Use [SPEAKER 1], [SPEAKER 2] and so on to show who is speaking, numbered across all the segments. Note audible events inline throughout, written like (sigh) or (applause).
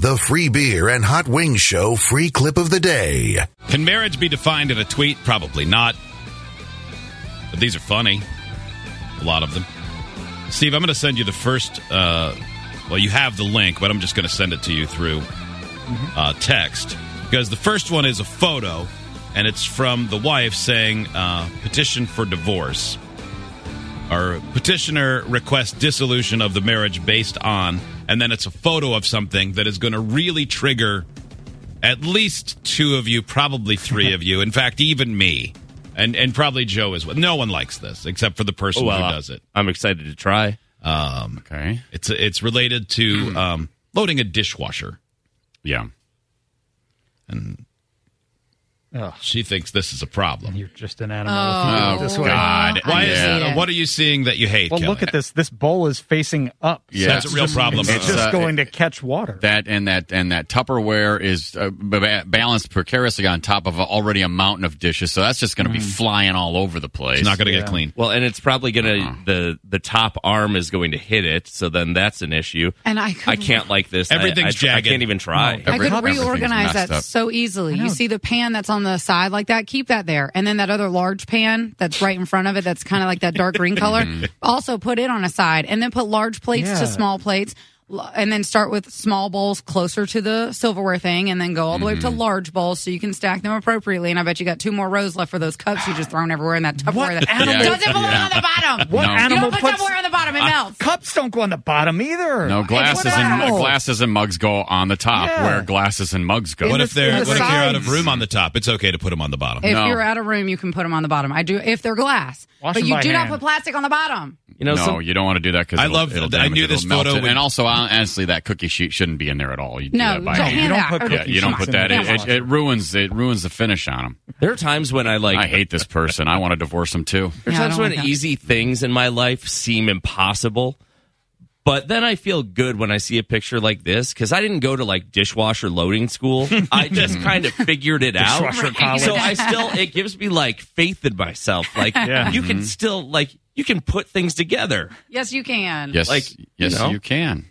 [SPEAKER 1] The Free Beer and Hot Wings Show free clip of the day.
[SPEAKER 2] Can marriage be defined in a tweet? Probably not. But these are funny. A lot of them. Steve, I'm going to send you the first. Uh, well, you have the link, but I'm just going to send it to you through uh, text. Because the first one is a photo, and it's from the wife saying, uh, petition for divorce. Our petitioner requests dissolution of the marriage based on, and then it's a photo of something that is going to really trigger at least two of you, probably three of you, in fact, even me, and and probably Joe as well. No one likes this except for the person who does it.
[SPEAKER 3] Oh, I'm excited to try.
[SPEAKER 2] Um,
[SPEAKER 3] Okay.
[SPEAKER 2] it's it's related
[SPEAKER 4] Mm.
[SPEAKER 2] to um, loading a dishwasher,
[SPEAKER 3] Yeah.
[SPEAKER 2] and
[SPEAKER 4] Ugh.
[SPEAKER 2] she thinks this is a problem.
[SPEAKER 4] You're just an animal.
[SPEAKER 5] Oh.
[SPEAKER 4] if you do it
[SPEAKER 3] Oh,
[SPEAKER 4] this way.
[SPEAKER 3] God.
[SPEAKER 2] Why is
[SPEAKER 3] Yeah.
[SPEAKER 2] that? What are you seeing that you hate?
[SPEAKER 4] Well,
[SPEAKER 2] Kelly?
[SPEAKER 4] look at this. This bowl is facing up. so
[SPEAKER 3] Yeah.
[SPEAKER 2] That's a real problem.
[SPEAKER 4] It's,
[SPEAKER 2] It's,
[SPEAKER 4] just
[SPEAKER 3] uh,
[SPEAKER 4] going to catch water.
[SPEAKER 3] That and that and that Tupperware is uh, b- ba- balanced precariously on top of a, already a mountain of dishes, so that's just going to
[SPEAKER 5] Mm.
[SPEAKER 3] be flying all over the place. Uh-huh.
[SPEAKER 2] It's not going to get clean.
[SPEAKER 5] Well, and it's probably gonna the the top arm is going to hit it, so then that's an issue.
[SPEAKER 6] And I could,
[SPEAKER 5] I can't like this. I-
[SPEAKER 2] Everything's
[SPEAKER 5] I, tr- I
[SPEAKER 2] jagged.
[SPEAKER 5] can't even try.
[SPEAKER 6] I could
[SPEAKER 3] Everything's
[SPEAKER 6] reorganize
[SPEAKER 3] messed
[SPEAKER 6] that
[SPEAKER 3] up.
[SPEAKER 6] so easily. You see the pan that's on the side like that, keep that there. And then that other large pan that's right in front of it that's kind of like that
[SPEAKER 3] (laughs)
[SPEAKER 6] dark green color,
[SPEAKER 3] Mm-hmm.
[SPEAKER 6] also put it on a side and then put large plates
[SPEAKER 4] Yeah.
[SPEAKER 6] to small plates l- and then start with small bowls closer to the silverware thing and then go all the way up to
[SPEAKER 3] Mm-hmm.
[SPEAKER 6] large bowls so you can stack them appropriately. And I bet you got two more rows left for those cups you just thrown everywhere in that Tupperware
[SPEAKER 4] What
[SPEAKER 6] that
[SPEAKER 4] animal-
[SPEAKER 6] doesn't belong on the bottom.
[SPEAKER 4] What
[SPEAKER 3] No.
[SPEAKER 6] You
[SPEAKER 4] animal
[SPEAKER 6] don't put
[SPEAKER 4] puts
[SPEAKER 6] Tupperware on the bottom, it melts.
[SPEAKER 4] cups? Don't go on the bottom either.
[SPEAKER 3] No glasses and
[SPEAKER 4] animal?
[SPEAKER 3] glasses and mugs go on the top
[SPEAKER 4] Yeah.
[SPEAKER 3] where glasses and mugs go.
[SPEAKER 2] What
[SPEAKER 4] the-
[SPEAKER 2] if they're
[SPEAKER 4] in
[SPEAKER 2] what
[SPEAKER 4] the
[SPEAKER 2] if they're out of
[SPEAKER 4] sides.
[SPEAKER 2] room on the top? It's okay to put them on the bottom.
[SPEAKER 6] If
[SPEAKER 3] No.
[SPEAKER 6] you're out of room, you can put them on the bottom. I do if they're glass,
[SPEAKER 4] Wash
[SPEAKER 6] but
[SPEAKER 4] them
[SPEAKER 6] you
[SPEAKER 4] by
[SPEAKER 6] do
[SPEAKER 4] hand.
[SPEAKER 6] not put plastic on the bottom.
[SPEAKER 5] you know,
[SPEAKER 3] no,
[SPEAKER 5] some-
[SPEAKER 3] you don't want to do that because
[SPEAKER 2] I love-
[SPEAKER 3] It'll
[SPEAKER 2] I
[SPEAKER 3] damage
[SPEAKER 2] knew
[SPEAKER 3] it, it'll
[SPEAKER 2] this
[SPEAKER 3] melt
[SPEAKER 2] photo
[SPEAKER 3] it.
[SPEAKER 2] would-
[SPEAKER 3] and also honestly, that cookie sheet shouldn't be in there at all. You do
[SPEAKER 6] No,
[SPEAKER 3] that by
[SPEAKER 6] don't
[SPEAKER 3] hand.
[SPEAKER 4] You
[SPEAKER 6] hand
[SPEAKER 4] don't
[SPEAKER 6] out.
[SPEAKER 4] put
[SPEAKER 6] Okay.
[SPEAKER 3] Yeah, you don't
[SPEAKER 4] cookie
[SPEAKER 3] put
[SPEAKER 4] sheets
[SPEAKER 3] that.
[SPEAKER 4] in the
[SPEAKER 3] It, it,
[SPEAKER 4] dishwasher.
[SPEAKER 3] it ruins it ruins the finish on them.
[SPEAKER 5] there are times when I like.
[SPEAKER 3] I hate this person. I want to divorce him too.
[SPEAKER 5] There are
[SPEAKER 6] Yeah, I
[SPEAKER 5] times
[SPEAKER 6] don't
[SPEAKER 5] when
[SPEAKER 6] like that.
[SPEAKER 5] easy things in my life seem impossible, but then I feel good when I see a picture like this because I didn't go to like dishwasher loading school.
[SPEAKER 2] (laughs)
[SPEAKER 5] I just kind of figured it out.
[SPEAKER 4] Dishwasher college.
[SPEAKER 5] So I still, it gives me like faith in myself. Like
[SPEAKER 4] Yeah.
[SPEAKER 5] you
[SPEAKER 2] Mm-hmm.
[SPEAKER 5] can still like you can put things together.
[SPEAKER 6] Yes, you can.
[SPEAKER 3] Yes,
[SPEAKER 5] Like,
[SPEAKER 3] yes,
[SPEAKER 5] you know.
[SPEAKER 3] you can.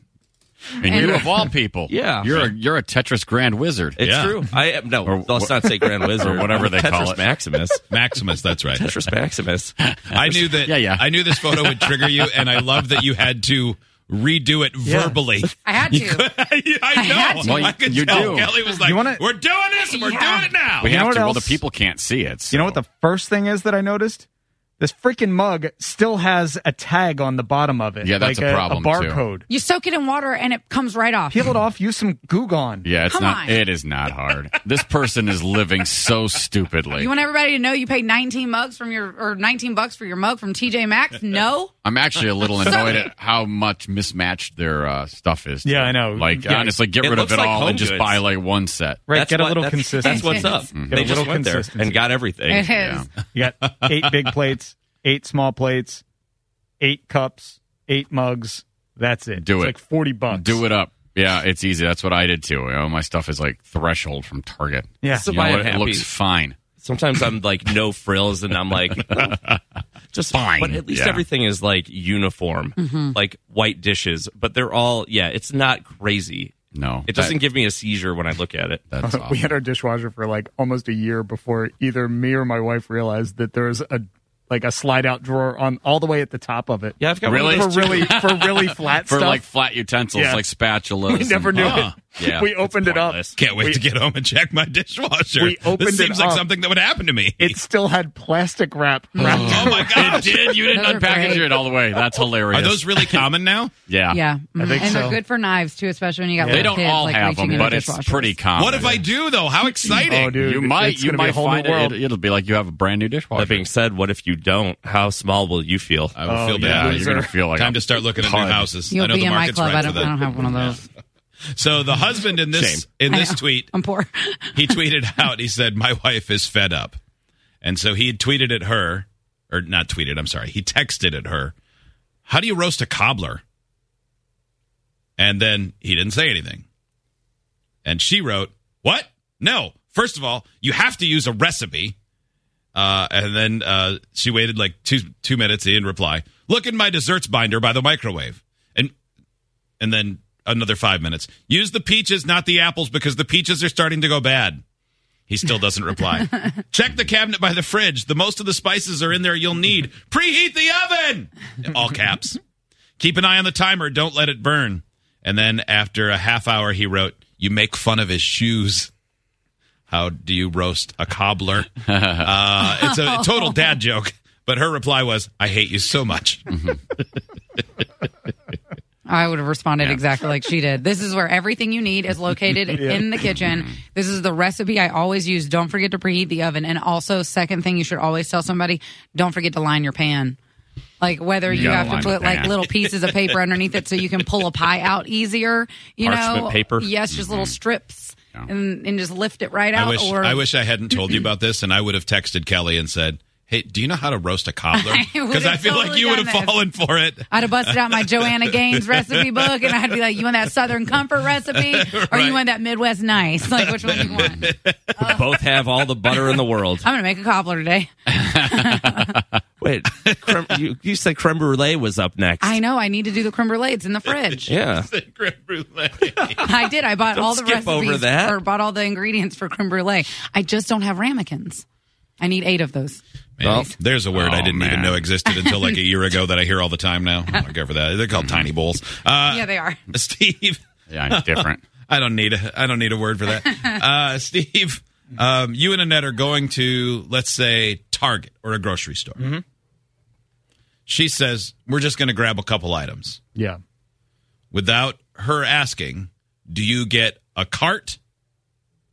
[SPEAKER 3] And,
[SPEAKER 6] And-
[SPEAKER 3] you of all people,
[SPEAKER 5] Yeah.
[SPEAKER 3] you're a, you're a Tetris Grand Wizard.
[SPEAKER 5] It's
[SPEAKER 2] Yeah.
[SPEAKER 5] true. I am no. let's not
[SPEAKER 2] (laughs)
[SPEAKER 5] say Grand Wizard
[SPEAKER 3] or whatever they
[SPEAKER 5] Tetris
[SPEAKER 3] call it.
[SPEAKER 4] (laughs)
[SPEAKER 5] Maximus.
[SPEAKER 2] Maximus, that's right.
[SPEAKER 5] Tetris Maximus.
[SPEAKER 2] (laughs) I knew that.
[SPEAKER 3] Yeah, yeah.
[SPEAKER 2] I knew this photo would trigger you, and I love that you had to redo it
[SPEAKER 4] (laughs)
[SPEAKER 2] verbally.
[SPEAKER 6] I had to.
[SPEAKER 2] I know. I,
[SPEAKER 6] had to.
[SPEAKER 3] Well,
[SPEAKER 2] could
[SPEAKER 3] you
[SPEAKER 2] tell.
[SPEAKER 3] do.
[SPEAKER 2] Kelly was like,
[SPEAKER 4] You wanna-
[SPEAKER 2] "We're doing this. and We're
[SPEAKER 6] Yeah.
[SPEAKER 2] doing it now."
[SPEAKER 3] we
[SPEAKER 4] You know
[SPEAKER 3] have
[SPEAKER 4] what
[SPEAKER 3] to. Well, the
[SPEAKER 4] else?
[SPEAKER 3] people can't see it. so-
[SPEAKER 4] You know what the first thing is that I noticed? This freaking mug still has a tag on the bottom of it.
[SPEAKER 3] Yeah, that's
[SPEAKER 4] like
[SPEAKER 3] a problem, too.
[SPEAKER 4] A barcode.
[SPEAKER 6] You soak it in water and it comes right off.
[SPEAKER 4] Peel it off. Use some Goo Gone.
[SPEAKER 3] Yeah, it's
[SPEAKER 6] Come
[SPEAKER 3] not.
[SPEAKER 6] on.
[SPEAKER 3] It is not hard. this person is living so stupidly.
[SPEAKER 6] You want everybody to know you paid 19 mugs from your or 19 bucks for your mug from
[SPEAKER 3] (laughs)
[SPEAKER 6] TJ Maxx? No.
[SPEAKER 3] I'm actually a
[SPEAKER 6] (laughs)
[SPEAKER 3] little annoyed at how much mismatched their uh, stuff is.
[SPEAKER 4] Yeah, I know.
[SPEAKER 3] Like
[SPEAKER 4] Yeah.
[SPEAKER 3] honestly, get
[SPEAKER 5] It
[SPEAKER 3] rid of
[SPEAKER 5] looks
[SPEAKER 3] it
[SPEAKER 5] like
[SPEAKER 3] all
[SPEAKER 5] home
[SPEAKER 3] and just
[SPEAKER 5] goods.
[SPEAKER 3] buy like one set.
[SPEAKER 4] Right. get a
[SPEAKER 5] what-
[SPEAKER 4] little
[SPEAKER 5] that's-
[SPEAKER 4] consistency.
[SPEAKER 5] That's what's up.
[SPEAKER 2] Mm-hmm.
[SPEAKER 4] Get a
[SPEAKER 5] They just
[SPEAKER 4] little
[SPEAKER 5] went there
[SPEAKER 4] consistency.
[SPEAKER 5] and got
[SPEAKER 4] (laughs)
[SPEAKER 6] It
[SPEAKER 5] everything.
[SPEAKER 6] is.
[SPEAKER 3] Yeah.
[SPEAKER 4] You got eight big plates, eight small plates, eight cups, eight mugs. That's it.
[SPEAKER 3] Do
[SPEAKER 4] it's
[SPEAKER 3] it.
[SPEAKER 4] Like forty bucks.
[SPEAKER 3] Do it up. Yeah, it's easy. That's what I did too. You know, my stuff is like threshold from Target.
[SPEAKER 4] Yeah.
[SPEAKER 5] So
[SPEAKER 3] You know
[SPEAKER 5] I am
[SPEAKER 3] what? It
[SPEAKER 5] happy.
[SPEAKER 3] looks fine.
[SPEAKER 5] Sometimes I'm like no frills, and
[SPEAKER 3] (laughs)
[SPEAKER 5] I'm like just
[SPEAKER 3] Fine.
[SPEAKER 5] But at least
[SPEAKER 3] Yeah.
[SPEAKER 5] everything is like uniform,
[SPEAKER 6] Mm-hmm.
[SPEAKER 5] like white dishes. But they're all yeah. It's not crazy.
[SPEAKER 3] No,
[SPEAKER 5] It doesn't give me a seizure when I look at it.
[SPEAKER 3] That, that's awful.
[SPEAKER 4] (laughs) We had our dishwasher for like almost a year before either me or my wife realized that there was a like a slide out drawer on all the way at the top of it.
[SPEAKER 5] Yeah, I've got
[SPEAKER 3] Really?
[SPEAKER 5] One of (laughs)
[SPEAKER 4] For
[SPEAKER 5] those too.
[SPEAKER 4] really for really flat
[SPEAKER 3] for
[SPEAKER 4] stuff. (laughs)
[SPEAKER 3] like flat utensils
[SPEAKER 4] Yeah. (laughs)
[SPEAKER 3] like spatulas.
[SPEAKER 4] we never
[SPEAKER 3] and-
[SPEAKER 4] knew
[SPEAKER 3] Huh.
[SPEAKER 4] it.
[SPEAKER 5] Yeah,
[SPEAKER 4] we
[SPEAKER 5] it's
[SPEAKER 4] opened it up.
[SPEAKER 5] pointless.
[SPEAKER 2] Can't wait
[SPEAKER 4] We-
[SPEAKER 2] to get home and check my dishwasher.
[SPEAKER 4] We opened
[SPEAKER 2] this
[SPEAKER 4] it
[SPEAKER 2] seems like
[SPEAKER 4] up.
[SPEAKER 2] something that would happen to me.
[SPEAKER 4] (laughs) It still had plastic wrap wrapped
[SPEAKER 2] oh my
[SPEAKER 3] It
[SPEAKER 4] (laughs)
[SPEAKER 2] god!
[SPEAKER 3] did. You didn't
[SPEAKER 6] Those are
[SPEAKER 3] unpackage
[SPEAKER 6] great.
[SPEAKER 3] it all the way. That's hilarious.
[SPEAKER 2] Are those really common now?
[SPEAKER 3] Yeah.
[SPEAKER 6] Yeah, Mm-hmm.
[SPEAKER 4] I think
[SPEAKER 6] and
[SPEAKER 4] so.
[SPEAKER 6] they're good for knives too, especially when you got
[SPEAKER 3] They
[SPEAKER 6] little
[SPEAKER 3] don't
[SPEAKER 6] kids,
[SPEAKER 3] all
[SPEAKER 6] like
[SPEAKER 3] have
[SPEAKER 6] reaching
[SPEAKER 3] them,
[SPEAKER 6] into
[SPEAKER 3] but it's
[SPEAKER 6] dishwashers.
[SPEAKER 3] pretty common.
[SPEAKER 2] What if I do though? How exciting!
[SPEAKER 4] Oh, dude,
[SPEAKER 3] You might.
[SPEAKER 4] it's
[SPEAKER 3] You
[SPEAKER 4] gonna be a
[SPEAKER 3] might
[SPEAKER 4] whole new
[SPEAKER 3] find it,
[SPEAKER 4] world.
[SPEAKER 3] it. It'll be like you have a brand new dishwasher.
[SPEAKER 5] That being said, what if you don't? How small will you feel?
[SPEAKER 2] I would
[SPEAKER 4] Oh,
[SPEAKER 2] feel
[SPEAKER 4] yeah,
[SPEAKER 2] bad.
[SPEAKER 3] you're gonna feel like
[SPEAKER 2] Time
[SPEAKER 3] a
[SPEAKER 2] to start looking at new
[SPEAKER 3] pud.
[SPEAKER 2] houses.
[SPEAKER 6] You'll
[SPEAKER 2] I know
[SPEAKER 6] be
[SPEAKER 2] the
[SPEAKER 6] in my
[SPEAKER 2] market's
[SPEAKER 6] club.
[SPEAKER 2] right
[SPEAKER 6] I
[SPEAKER 2] for
[SPEAKER 6] don't.
[SPEAKER 2] that.
[SPEAKER 6] I don't
[SPEAKER 3] (laughs)
[SPEAKER 6] have one of those.
[SPEAKER 2] So the husband in this in
[SPEAKER 6] (laughs) I
[SPEAKER 2] this
[SPEAKER 6] know.
[SPEAKER 2] tweet,
[SPEAKER 6] I'm poor.
[SPEAKER 2] he tweeted
[SPEAKER 6] (laughs)
[SPEAKER 2] out. He said, "My wife is fed up," and so he had tweeted at her, or not tweeted. I'm sorry. He texted at her. How do you roast a cobbler? And then he didn't say anything. And she wrote, "What? No. First of all, you have to use a recipe." Uh, and then uh, she waited like two two minutes. He didn't reply. Look in my desserts binder by the microwave, and and then another five minutes. Use the peaches, not the apples, because the peaches are starting to go bad. He still doesn't reply. Check the cabinet by the fridge. The most of the spices are in there you'll need. Preheat the oven. All caps. Keep an eye on the timer. Don't let it burn. And then after a half hour, he wrote, "You make fun of his shoes." How do you roast a cobbler? Uh, it's a total dad joke. But her reply was, "I hate you so much."
[SPEAKER 6] I would have responded exactly like she did. This is where everything you need is located in the kitchen. This is the recipe I always use. Don't forget to preheat the oven. And also, second thing you should always tell somebody: don't forget to line your pan. Like whether you,
[SPEAKER 3] gotta
[SPEAKER 6] have to
[SPEAKER 3] line the
[SPEAKER 6] put like
[SPEAKER 3] pan.
[SPEAKER 6] little pieces of paper underneath it so you can pull a pie out easier. You
[SPEAKER 5] Parchment
[SPEAKER 6] know,
[SPEAKER 5] paper?
[SPEAKER 6] Yes, just little strips. And, and just lift it right out,
[SPEAKER 2] I wish
[SPEAKER 6] or
[SPEAKER 2] I wish I hadn't told you about this, and I would have texted Kelly and said, "Hey, do you know how to roast a cobbler?"
[SPEAKER 6] (laughs) I would
[SPEAKER 2] Because I,
[SPEAKER 6] have
[SPEAKER 2] feel like
[SPEAKER 6] totally
[SPEAKER 2] you would
[SPEAKER 6] done
[SPEAKER 2] have
[SPEAKER 6] this.
[SPEAKER 2] fallen for it. (laughs)
[SPEAKER 6] I'd have busted out my Joanna Gaines recipe book and I'd be like, You want that Southern Comfort recipe or
[SPEAKER 2] Right.
[SPEAKER 6] you want that Midwest Nice? Like, which one do you want?
[SPEAKER 5] We both have all the butter in
[SPEAKER 6] (laughs)
[SPEAKER 5] the world.
[SPEAKER 6] I'm going to make a cobbler today.
[SPEAKER 5] Wait, creme, you, you said creme brulee was up next.
[SPEAKER 6] I know. I need to do the creme brulee. It's in the fridge.
[SPEAKER 5] Yeah.
[SPEAKER 2] Creme brulee.
[SPEAKER 6] I did. I bought
[SPEAKER 5] Don't
[SPEAKER 6] all the
[SPEAKER 5] skip
[SPEAKER 6] recipes
[SPEAKER 5] over that.
[SPEAKER 6] or bought all the ingredients for creme brulee. I just don't have ramekins. I need eight of those.
[SPEAKER 2] Man,
[SPEAKER 5] Well,
[SPEAKER 2] there's a word I
[SPEAKER 3] oh,
[SPEAKER 2] didn't even
[SPEAKER 3] man.
[SPEAKER 2] know existed until like a year ago that I hear all the time now. I don't care for that. They're
[SPEAKER 3] Mm-hmm.
[SPEAKER 2] called tiny bowls. Uh, (laughs)
[SPEAKER 6] yeah, they are.
[SPEAKER 2] Steve,
[SPEAKER 3] (laughs) Yeah, different.
[SPEAKER 2] I don't need a I don't need a word for
[SPEAKER 6] (laughs)
[SPEAKER 2] that. Uh, Steve, um, you and Annette are going to let's say Target or a grocery store.
[SPEAKER 3] Mm-hmm.
[SPEAKER 2] She says we're just going to grab a couple items.
[SPEAKER 4] Yeah.
[SPEAKER 2] without her asking, do you get a cart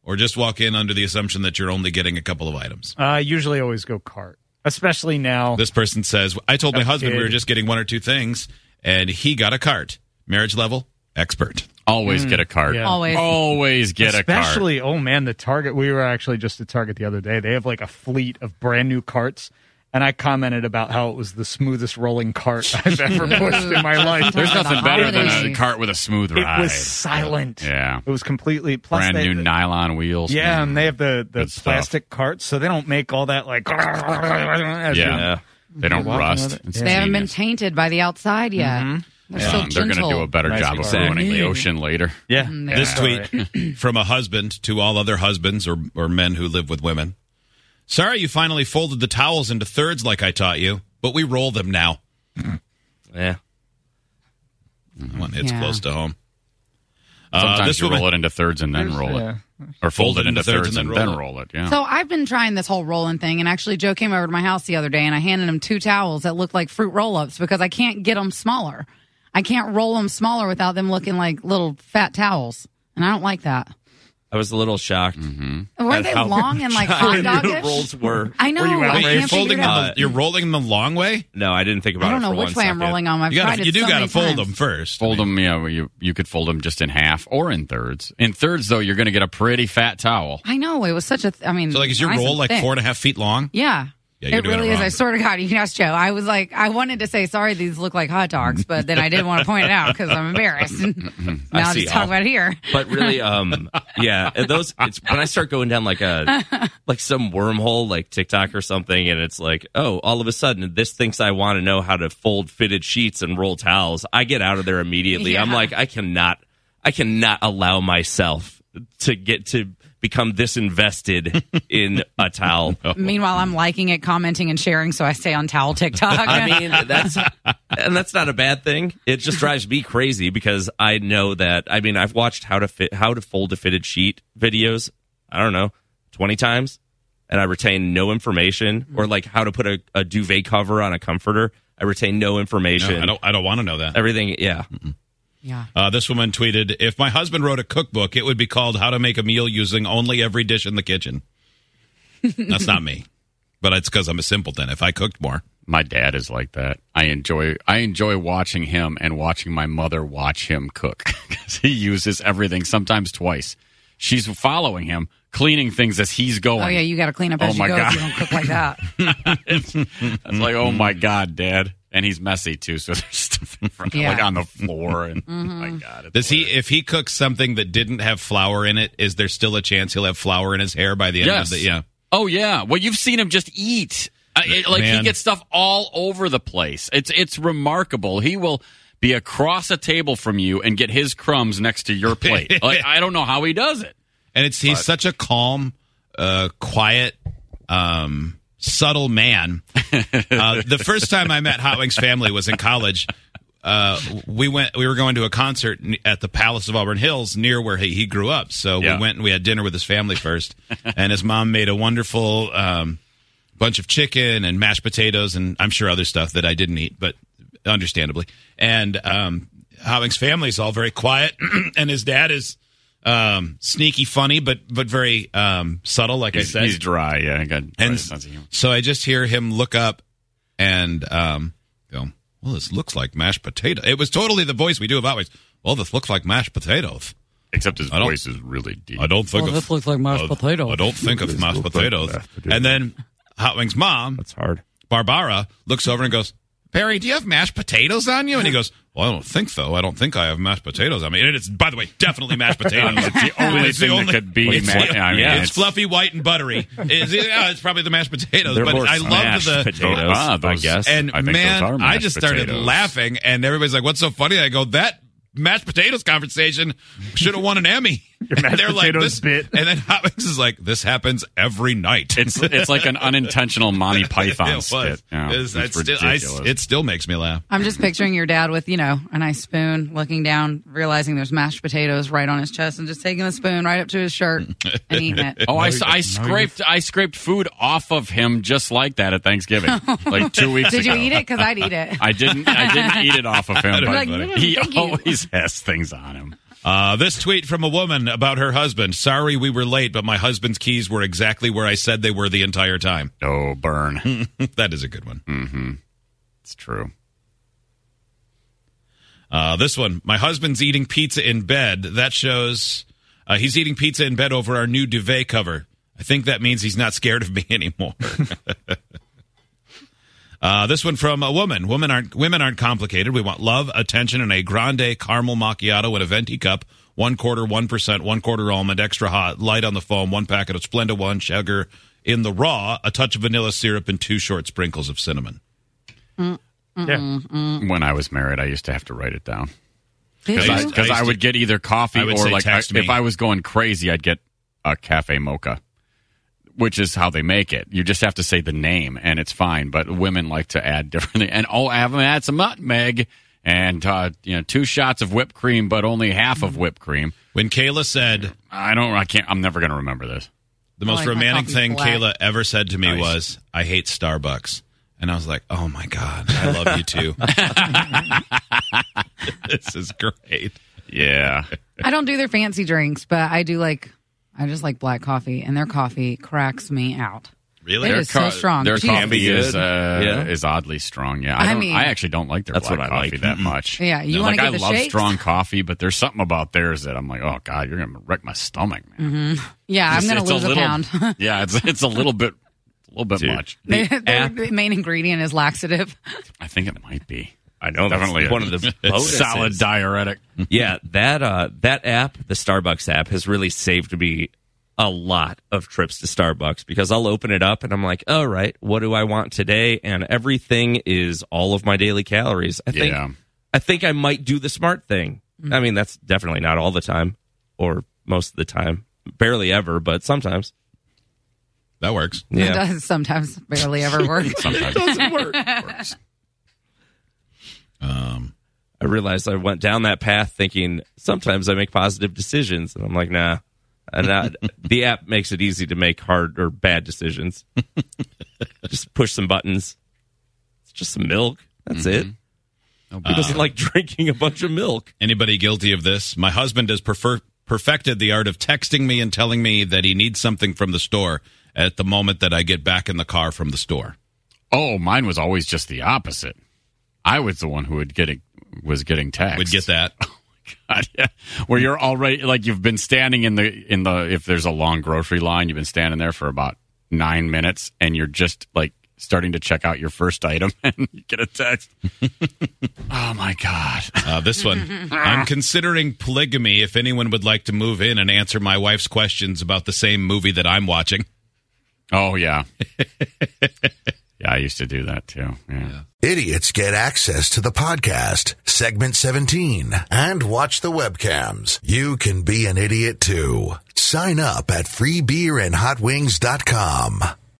[SPEAKER 2] or just walk in under the assumption that you're only getting a couple of items?
[SPEAKER 4] I usually always go cart, especially now.
[SPEAKER 2] This person says, I told my husband we
[SPEAKER 4] kid.
[SPEAKER 2] were just getting one or two things, and he got a cart. Marriage level, expert.
[SPEAKER 3] Always get a card.
[SPEAKER 4] yeah.
[SPEAKER 6] Mm. Always.
[SPEAKER 3] Always get a card.
[SPEAKER 4] Especially, oh man, the Target. We were actually just at Target the other day. They have like a fleet of brand new carts. And I commented about how it was the smoothest rolling cart (laughs) I've
[SPEAKER 3] (laughs)
[SPEAKER 4] ever pushed in my life.
[SPEAKER 3] There's nothing
[SPEAKER 6] The
[SPEAKER 3] better than a
[SPEAKER 6] holidays.
[SPEAKER 3] cart with a smooth
[SPEAKER 4] It
[SPEAKER 3] ride.
[SPEAKER 4] was silent.
[SPEAKER 3] Yeah.
[SPEAKER 4] It was completely plus
[SPEAKER 3] Brand
[SPEAKER 4] they-
[SPEAKER 3] new nylon wheels.
[SPEAKER 4] Yeah, and they have the, the
[SPEAKER 3] Good stuff.
[SPEAKER 4] plastic carts, so they don't make all that like. (laughs) as you-
[SPEAKER 3] Yeah. They don't
[SPEAKER 4] walking
[SPEAKER 3] rust.
[SPEAKER 4] with it.
[SPEAKER 3] It's
[SPEAKER 6] They haven't been
[SPEAKER 3] genius.
[SPEAKER 6] tainted by the outside yet. They're so
[SPEAKER 3] Um, They're
[SPEAKER 6] gentle.
[SPEAKER 3] going to do a better
[SPEAKER 4] Nice
[SPEAKER 3] job of
[SPEAKER 4] card.
[SPEAKER 3] ruining the ocean later.
[SPEAKER 4] yeah.
[SPEAKER 3] Mm,
[SPEAKER 2] This
[SPEAKER 4] All right.
[SPEAKER 2] tweet (clears throat) from a husband to all other husbands or, or men who live with women. Sorry you finally folded the towels into thirds like I taught you, but we roll them now.
[SPEAKER 5] Yeah.
[SPEAKER 2] Come on, It's
[SPEAKER 6] Yeah.
[SPEAKER 2] close to home. Uh,
[SPEAKER 3] Sometimes
[SPEAKER 2] this
[SPEAKER 3] you
[SPEAKER 2] woman-
[SPEAKER 3] roll it into thirds and then roll it, or fold it into thirds and then roll it. Yeah.
[SPEAKER 6] So I've been trying this whole rolling thing, and actually, Joe came over to my house the other day, and I handed him two towels that looked like fruit roll-ups because I can't get them smaller. I can't roll them smaller without them looking like little fat towels, and I don't like that.
[SPEAKER 5] I was a little shocked.
[SPEAKER 3] Mm-hmm.
[SPEAKER 6] Were
[SPEAKER 5] at
[SPEAKER 6] they
[SPEAKER 5] how
[SPEAKER 6] long and
[SPEAKER 5] (laughs)
[SPEAKER 6] like hot
[SPEAKER 5] giant
[SPEAKER 6] dog
[SPEAKER 5] the rolls were.
[SPEAKER 6] I know.
[SPEAKER 4] Were you
[SPEAKER 6] I
[SPEAKER 4] outraged?
[SPEAKER 2] Wait, you're
[SPEAKER 6] can't
[SPEAKER 2] folding
[SPEAKER 6] figure it
[SPEAKER 2] them.
[SPEAKER 6] out.
[SPEAKER 2] you're rolling them the long way.
[SPEAKER 5] No, I didn't think about
[SPEAKER 6] I
[SPEAKER 5] it
[SPEAKER 6] don't
[SPEAKER 5] for
[SPEAKER 6] know
[SPEAKER 5] one
[SPEAKER 6] which way I'm
[SPEAKER 5] second.
[SPEAKER 6] rolling on. I've
[SPEAKER 2] You
[SPEAKER 6] tried
[SPEAKER 2] gotta,
[SPEAKER 6] it
[SPEAKER 2] you do
[SPEAKER 6] so
[SPEAKER 2] gotta
[SPEAKER 6] many
[SPEAKER 2] fold
[SPEAKER 6] times.
[SPEAKER 2] them first.
[SPEAKER 3] Fold them, yeah. well, You you could fold them just in half or in thirds. In thirds, though, you're going to get a pretty fat towel.
[SPEAKER 6] I know it was such a. Th- I mean,
[SPEAKER 2] So, like, is your
[SPEAKER 6] nice
[SPEAKER 2] roll
[SPEAKER 6] and
[SPEAKER 2] like
[SPEAKER 6] thick.
[SPEAKER 2] four and a half feet long?
[SPEAKER 6] Yeah.
[SPEAKER 2] Yeah, you're
[SPEAKER 6] it
[SPEAKER 2] doing it
[SPEAKER 6] really is.
[SPEAKER 2] wrong.
[SPEAKER 6] I swear to God, (laughs) you can ask Joe. I was like, I wanted to say sorry. These look like hot dogs, but then I didn't want to point it out because
[SPEAKER 2] (laughs)
[SPEAKER 6] I'm embarrassed. now
[SPEAKER 5] I
[SPEAKER 6] I'll
[SPEAKER 5] see
[SPEAKER 6] just talk
[SPEAKER 5] all.
[SPEAKER 6] about it here.
[SPEAKER 5] But really, um, yeah, and those. It's when I start going down like a like some wormhole, like TikTok or something, and it's like, oh, all of a sudden, this thinks I want to know how to fold fitted sheets and roll towels. I get out of there immediately. I'm
[SPEAKER 6] Yeah.
[SPEAKER 5] like, I cannot, I cannot allow myself to get to become this invested in a towel.
[SPEAKER 6] Meanwhile, I'm liking it, commenting, and sharing, so I stay on towel
[SPEAKER 2] (laughs)
[SPEAKER 6] TikTok.
[SPEAKER 5] I mean,
[SPEAKER 6] (laughs)
[SPEAKER 5] that's and that's not a bad thing. It just drives me crazy because I know that I mean I've watched how to fit how to fold a fitted sheet videos. I don't know twenty times, and I retain no information
[SPEAKER 2] Mm-hmm.
[SPEAKER 5] or like how to put a, a duvet cover on a comforter. I retain no
[SPEAKER 2] No,
[SPEAKER 5] information.
[SPEAKER 2] I don't. I don't want to know that.
[SPEAKER 5] Everything, yeah.
[SPEAKER 6] yeah.
[SPEAKER 2] Uh, this woman tweeted, "If my husband wrote a cookbook, it would be called How to Make a Meal Using Only Every Dish in the
[SPEAKER 6] (laughs)
[SPEAKER 2] Kitchen." That's not me, but it's because I'm a simpleton. If I cooked more,
[SPEAKER 3] My dad is like that. I enjoy I enjoy watching him and watching my mother watch him cook (laughs) 'Cause he uses everything sometimes twice. She's following him, cleaning things as he's going.
[SPEAKER 6] Oh yeah, you got to clean up
[SPEAKER 3] Oh
[SPEAKER 6] as
[SPEAKER 3] my
[SPEAKER 6] you go
[SPEAKER 3] God.
[SPEAKER 6] if you don't cook
[SPEAKER 2] (laughs)
[SPEAKER 6] like that.
[SPEAKER 3] (laughs) It's like, oh my god, dad, and he's messy too. So there's stuff in front,
[SPEAKER 6] Yeah. Mm-hmm.
[SPEAKER 3] like on the floor, and my god, it's
[SPEAKER 2] does he?
[SPEAKER 3] hilarious.
[SPEAKER 2] If he cooks something that didn't have flour in it, is there still a chance he'll have flour in his hair by the end
[SPEAKER 3] Yes.
[SPEAKER 2] of the? Yeah.
[SPEAKER 3] Oh yeah. Well, you've seen him just eat. I, it, like
[SPEAKER 2] Man.
[SPEAKER 3] he gets stuff all over the place. It's it's remarkable. He will be across a table from you and get his crumbs next to
[SPEAKER 2] (laughs)
[SPEAKER 3] your plate. like I don't know how he does it.
[SPEAKER 2] and it's he's such a calm, uh, quiet, um, subtle man. Uh, the first time I met Hot Wings family was in college. Uh, we went. We were going to a concert n- at the Palace of Auburn Hills, near where he, he grew up. So
[SPEAKER 3] Yeah.
[SPEAKER 2] we went and we had dinner with his family first, and his mom made a wonderful um, bunch of chicken and mashed potatoes, and I'm sure other stuff that I didn't eat, but understandably. And um, Howing's family is all very quiet, (clears throat) and his dad is um, sneaky funny, but but very um, subtle, like I
[SPEAKER 3] He's,
[SPEAKER 2] said.
[SPEAKER 3] he's dry. Yeah, he got dry
[SPEAKER 2] And
[SPEAKER 3] sense of humor.
[SPEAKER 2] so I just hear him look up and um, go, "Well, this looks like mashed potato." It was totally the voice we do about always. Well, this looks like mashed potatoes.
[SPEAKER 3] Except his
[SPEAKER 2] I don't-
[SPEAKER 3] voice is really deep.
[SPEAKER 2] I don't think
[SPEAKER 6] Well,
[SPEAKER 2] of
[SPEAKER 6] Oh, this looks like mashed
[SPEAKER 2] of-
[SPEAKER 6] potatoes.
[SPEAKER 2] I don't think of
[SPEAKER 7] This
[SPEAKER 2] mashed
[SPEAKER 7] looks like
[SPEAKER 2] potatoes.
[SPEAKER 7] mashed potatoes.
[SPEAKER 2] And then Hot Wings mom,
[SPEAKER 7] That's
[SPEAKER 2] (laughs)
[SPEAKER 7] hard.
[SPEAKER 2] Barbara, looks over and goes, "Perry, do you have mashed potatoes on you?" And he goes, "Well, I don't think so. I don't think I have mashed potatoes. I mean, and it's by the way, definitely mashed potatoes.
[SPEAKER 3] (laughs) It's the only
[SPEAKER 2] It's the
[SPEAKER 3] thing
[SPEAKER 2] only-
[SPEAKER 3] that could be.
[SPEAKER 2] it's
[SPEAKER 3] ma-
[SPEAKER 2] the-
[SPEAKER 3] I mean,
[SPEAKER 2] it's, fluffy, white, and buttery. It's, yeah, it's probably the mashed potatoes,
[SPEAKER 7] They're
[SPEAKER 2] but
[SPEAKER 7] more
[SPEAKER 2] I love
[SPEAKER 7] smashed
[SPEAKER 2] the
[SPEAKER 7] potatoes,
[SPEAKER 3] Ah,
[SPEAKER 7] I
[SPEAKER 3] those-
[SPEAKER 7] guess.
[SPEAKER 2] and
[SPEAKER 3] I think
[SPEAKER 2] man,
[SPEAKER 3] those are
[SPEAKER 2] I
[SPEAKER 3] mashed
[SPEAKER 2] just started
[SPEAKER 3] potatoes.
[SPEAKER 2] laughing, and everybody's like, "What's so funny?" I go, "That mashed potatoes conversation should have won an Emmy."
[SPEAKER 4] mashed
[SPEAKER 2] And (laughs) they're like, this,
[SPEAKER 4] potatoes bit.
[SPEAKER 2] and then Hopkins is like, "This happens every night."
[SPEAKER 3] It's it's like an unintentional Monty
[SPEAKER 2] (laughs)
[SPEAKER 3] Python
[SPEAKER 2] it was.
[SPEAKER 3] skit. Yeah,
[SPEAKER 2] It's-
[SPEAKER 3] it's
[SPEAKER 2] it's still, I,
[SPEAKER 3] ridiculous.
[SPEAKER 2] it still makes me laugh.
[SPEAKER 6] I'm just picturing your dad with, you know, a nice spoon, looking down, realizing there's mashed potatoes right on his chest, and just taking the spoon right up to his shirt and
[SPEAKER 2] (laughs)
[SPEAKER 6] eating it.
[SPEAKER 3] Oh, I, I scraped I scraped food off of him just like that at Thanksgiving,
[SPEAKER 2] (laughs)
[SPEAKER 3] like two weeks
[SPEAKER 6] Did
[SPEAKER 3] ago.
[SPEAKER 6] you eat it? Because I'd eat it.
[SPEAKER 3] I didn't. I didn't eat it off of him.
[SPEAKER 2] You're
[SPEAKER 3] But
[SPEAKER 2] like,
[SPEAKER 6] "Mm,
[SPEAKER 3] he
[SPEAKER 6] thank you."
[SPEAKER 3] always has things on him.
[SPEAKER 2] Uh, this tweet from a woman about her husband. Sorry we were late, but my husband's keys were exactly where I said they were the entire time.
[SPEAKER 3] Oh, burn!
[SPEAKER 2] (laughs) that is a good one.
[SPEAKER 3] It's true.
[SPEAKER 2] Uh, this one, my husband's eating pizza in bed. That shows uh, he's eating pizza in bed over our new duvet cover. I think that means he's not scared of me (laughs) anymore. uh, this one from a woman. Women aren't women aren't complicated. We want love, attention, and a grande caramel macchiato in a venti cup. One quarter, one percent, one quarter almond, extra hot, light on the foam, one packet of Splenda One sugar in the raw, a touch of vanilla syrup, and two short sprinkles of cinnamon.
[SPEAKER 4] Yeah.
[SPEAKER 3] When I was married, I used to have to write it down
[SPEAKER 6] Did
[SPEAKER 2] I
[SPEAKER 6] you?
[SPEAKER 2] used-
[SPEAKER 3] because I,
[SPEAKER 2] to-
[SPEAKER 3] would get either coffee
[SPEAKER 2] I would
[SPEAKER 3] or
[SPEAKER 2] say
[SPEAKER 3] like I,
[SPEAKER 2] text me.
[SPEAKER 3] if I was going crazy, I'd get a cafe mocha, which is how they make it. You just have to say the name, and it's fine. But women like to add differently. And oh, I have them add some nutmeg and uh, you know two shots of whipped cream, but only half of whipped cream.
[SPEAKER 2] When Kayla said,
[SPEAKER 3] I don't. I can't. I'm never going to remember this.
[SPEAKER 2] The most
[SPEAKER 6] like my
[SPEAKER 2] romantic
[SPEAKER 6] coffee
[SPEAKER 2] thing
[SPEAKER 6] black.
[SPEAKER 2] Kayla ever said to me
[SPEAKER 3] Nice.
[SPEAKER 2] was, I hate Starbucks. And I was like, oh my God,
[SPEAKER 6] (laughs)
[SPEAKER 2] I love you too. this is great.
[SPEAKER 3] Yeah.
[SPEAKER 6] I don't do their fancy drinks, but I do like, I just like black coffee, and their coffee cracks me out.
[SPEAKER 2] Really?
[SPEAKER 6] It is so strong.
[SPEAKER 3] Their
[SPEAKER 6] Jeez. Can
[SPEAKER 3] coffee
[SPEAKER 5] be good.
[SPEAKER 3] is uh,
[SPEAKER 5] Yeah.
[SPEAKER 3] is oddly strong. Yeah,
[SPEAKER 6] I
[SPEAKER 3] I, don't, I,
[SPEAKER 6] mean-
[SPEAKER 3] actually don't like their
[SPEAKER 5] That's
[SPEAKER 3] black
[SPEAKER 5] what I
[SPEAKER 3] coffee
[SPEAKER 5] like.
[SPEAKER 3] that much.
[SPEAKER 6] Yeah, you
[SPEAKER 3] like
[SPEAKER 6] wanna get
[SPEAKER 3] I
[SPEAKER 6] the
[SPEAKER 3] love
[SPEAKER 6] shakes?
[SPEAKER 3] strong coffee, but there's something about theirs that I'm like, oh god, you're gonna wreck my stomach, man.
[SPEAKER 6] Yeah, Mm-hmm. I'm
[SPEAKER 3] It's-
[SPEAKER 6] going
[SPEAKER 3] it's
[SPEAKER 6] to lose a,
[SPEAKER 3] little,
[SPEAKER 6] pound.
[SPEAKER 3] yeah, it's it's a little bit, a little bit much.
[SPEAKER 6] (laughs)
[SPEAKER 2] (laughs)
[SPEAKER 6] Their
[SPEAKER 5] app-
[SPEAKER 3] eh.
[SPEAKER 6] their main ingredient is laxative. (laughs)
[SPEAKER 3] I think it might be
[SPEAKER 5] I know that's
[SPEAKER 3] Definitely a
[SPEAKER 5] one
[SPEAKER 2] (laughs)
[SPEAKER 3] (laughs)
[SPEAKER 5] of the bonuses.
[SPEAKER 3] solid diuretic.
[SPEAKER 5] yeah, that uh, that app, the Starbucks app, has really saved me a lot of trips to Starbucks because I'll open it up and I'm like, all right, what do I want today? And everything is all of my daily calories. I think
[SPEAKER 3] Yeah.
[SPEAKER 5] I think I might do the smart thing. I mean, that's definitely not all the time or most of the time, barely ever, but sometimes.
[SPEAKER 2] That works.
[SPEAKER 6] It does sometimes barely ever work.
[SPEAKER 2] Sometimes
[SPEAKER 5] doesn't work.
[SPEAKER 2] works. Um,
[SPEAKER 5] I realized I went down that path thinking sometimes I make positive decisions, and I'm like, nah. And I, (laughs) the app makes it easy to make hard or bad decisions. just push some buttons. It's just some milk. That's it.
[SPEAKER 3] No
[SPEAKER 5] Who doesn't like (laughs) drinking a bunch of milk?
[SPEAKER 2] anybody guilty of this? My husband has prefer- perfected the art of texting me and telling me that he needs something from the store at the moment that I get back in the car from the store.
[SPEAKER 3] (laughs) Oh, mine was always just the opposite. I was the one who would get it, was getting taxed.
[SPEAKER 2] We'd get that.
[SPEAKER 3] God, yeah. (laughs) Where you're already like you've been standing in the in the if there's a long grocery line, you've been standing there for about nine minutes, and you're just like starting to check out your first item, (laughs) and you get a text. oh my god! (laughs)
[SPEAKER 2] Uh, this
[SPEAKER 6] (laughs)
[SPEAKER 2] one. I'm considering polygamy if anyone would like to move in and answer my wife's questions about the same movie that I'm watching.
[SPEAKER 3] Oh yeah, (laughs) yeah. I used to do that too. Yeah.
[SPEAKER 1] Idiots get access to the podcast, segment 17, and watch the webcams. You can be an idiot too. Sign up at freebeerandhotwings.com.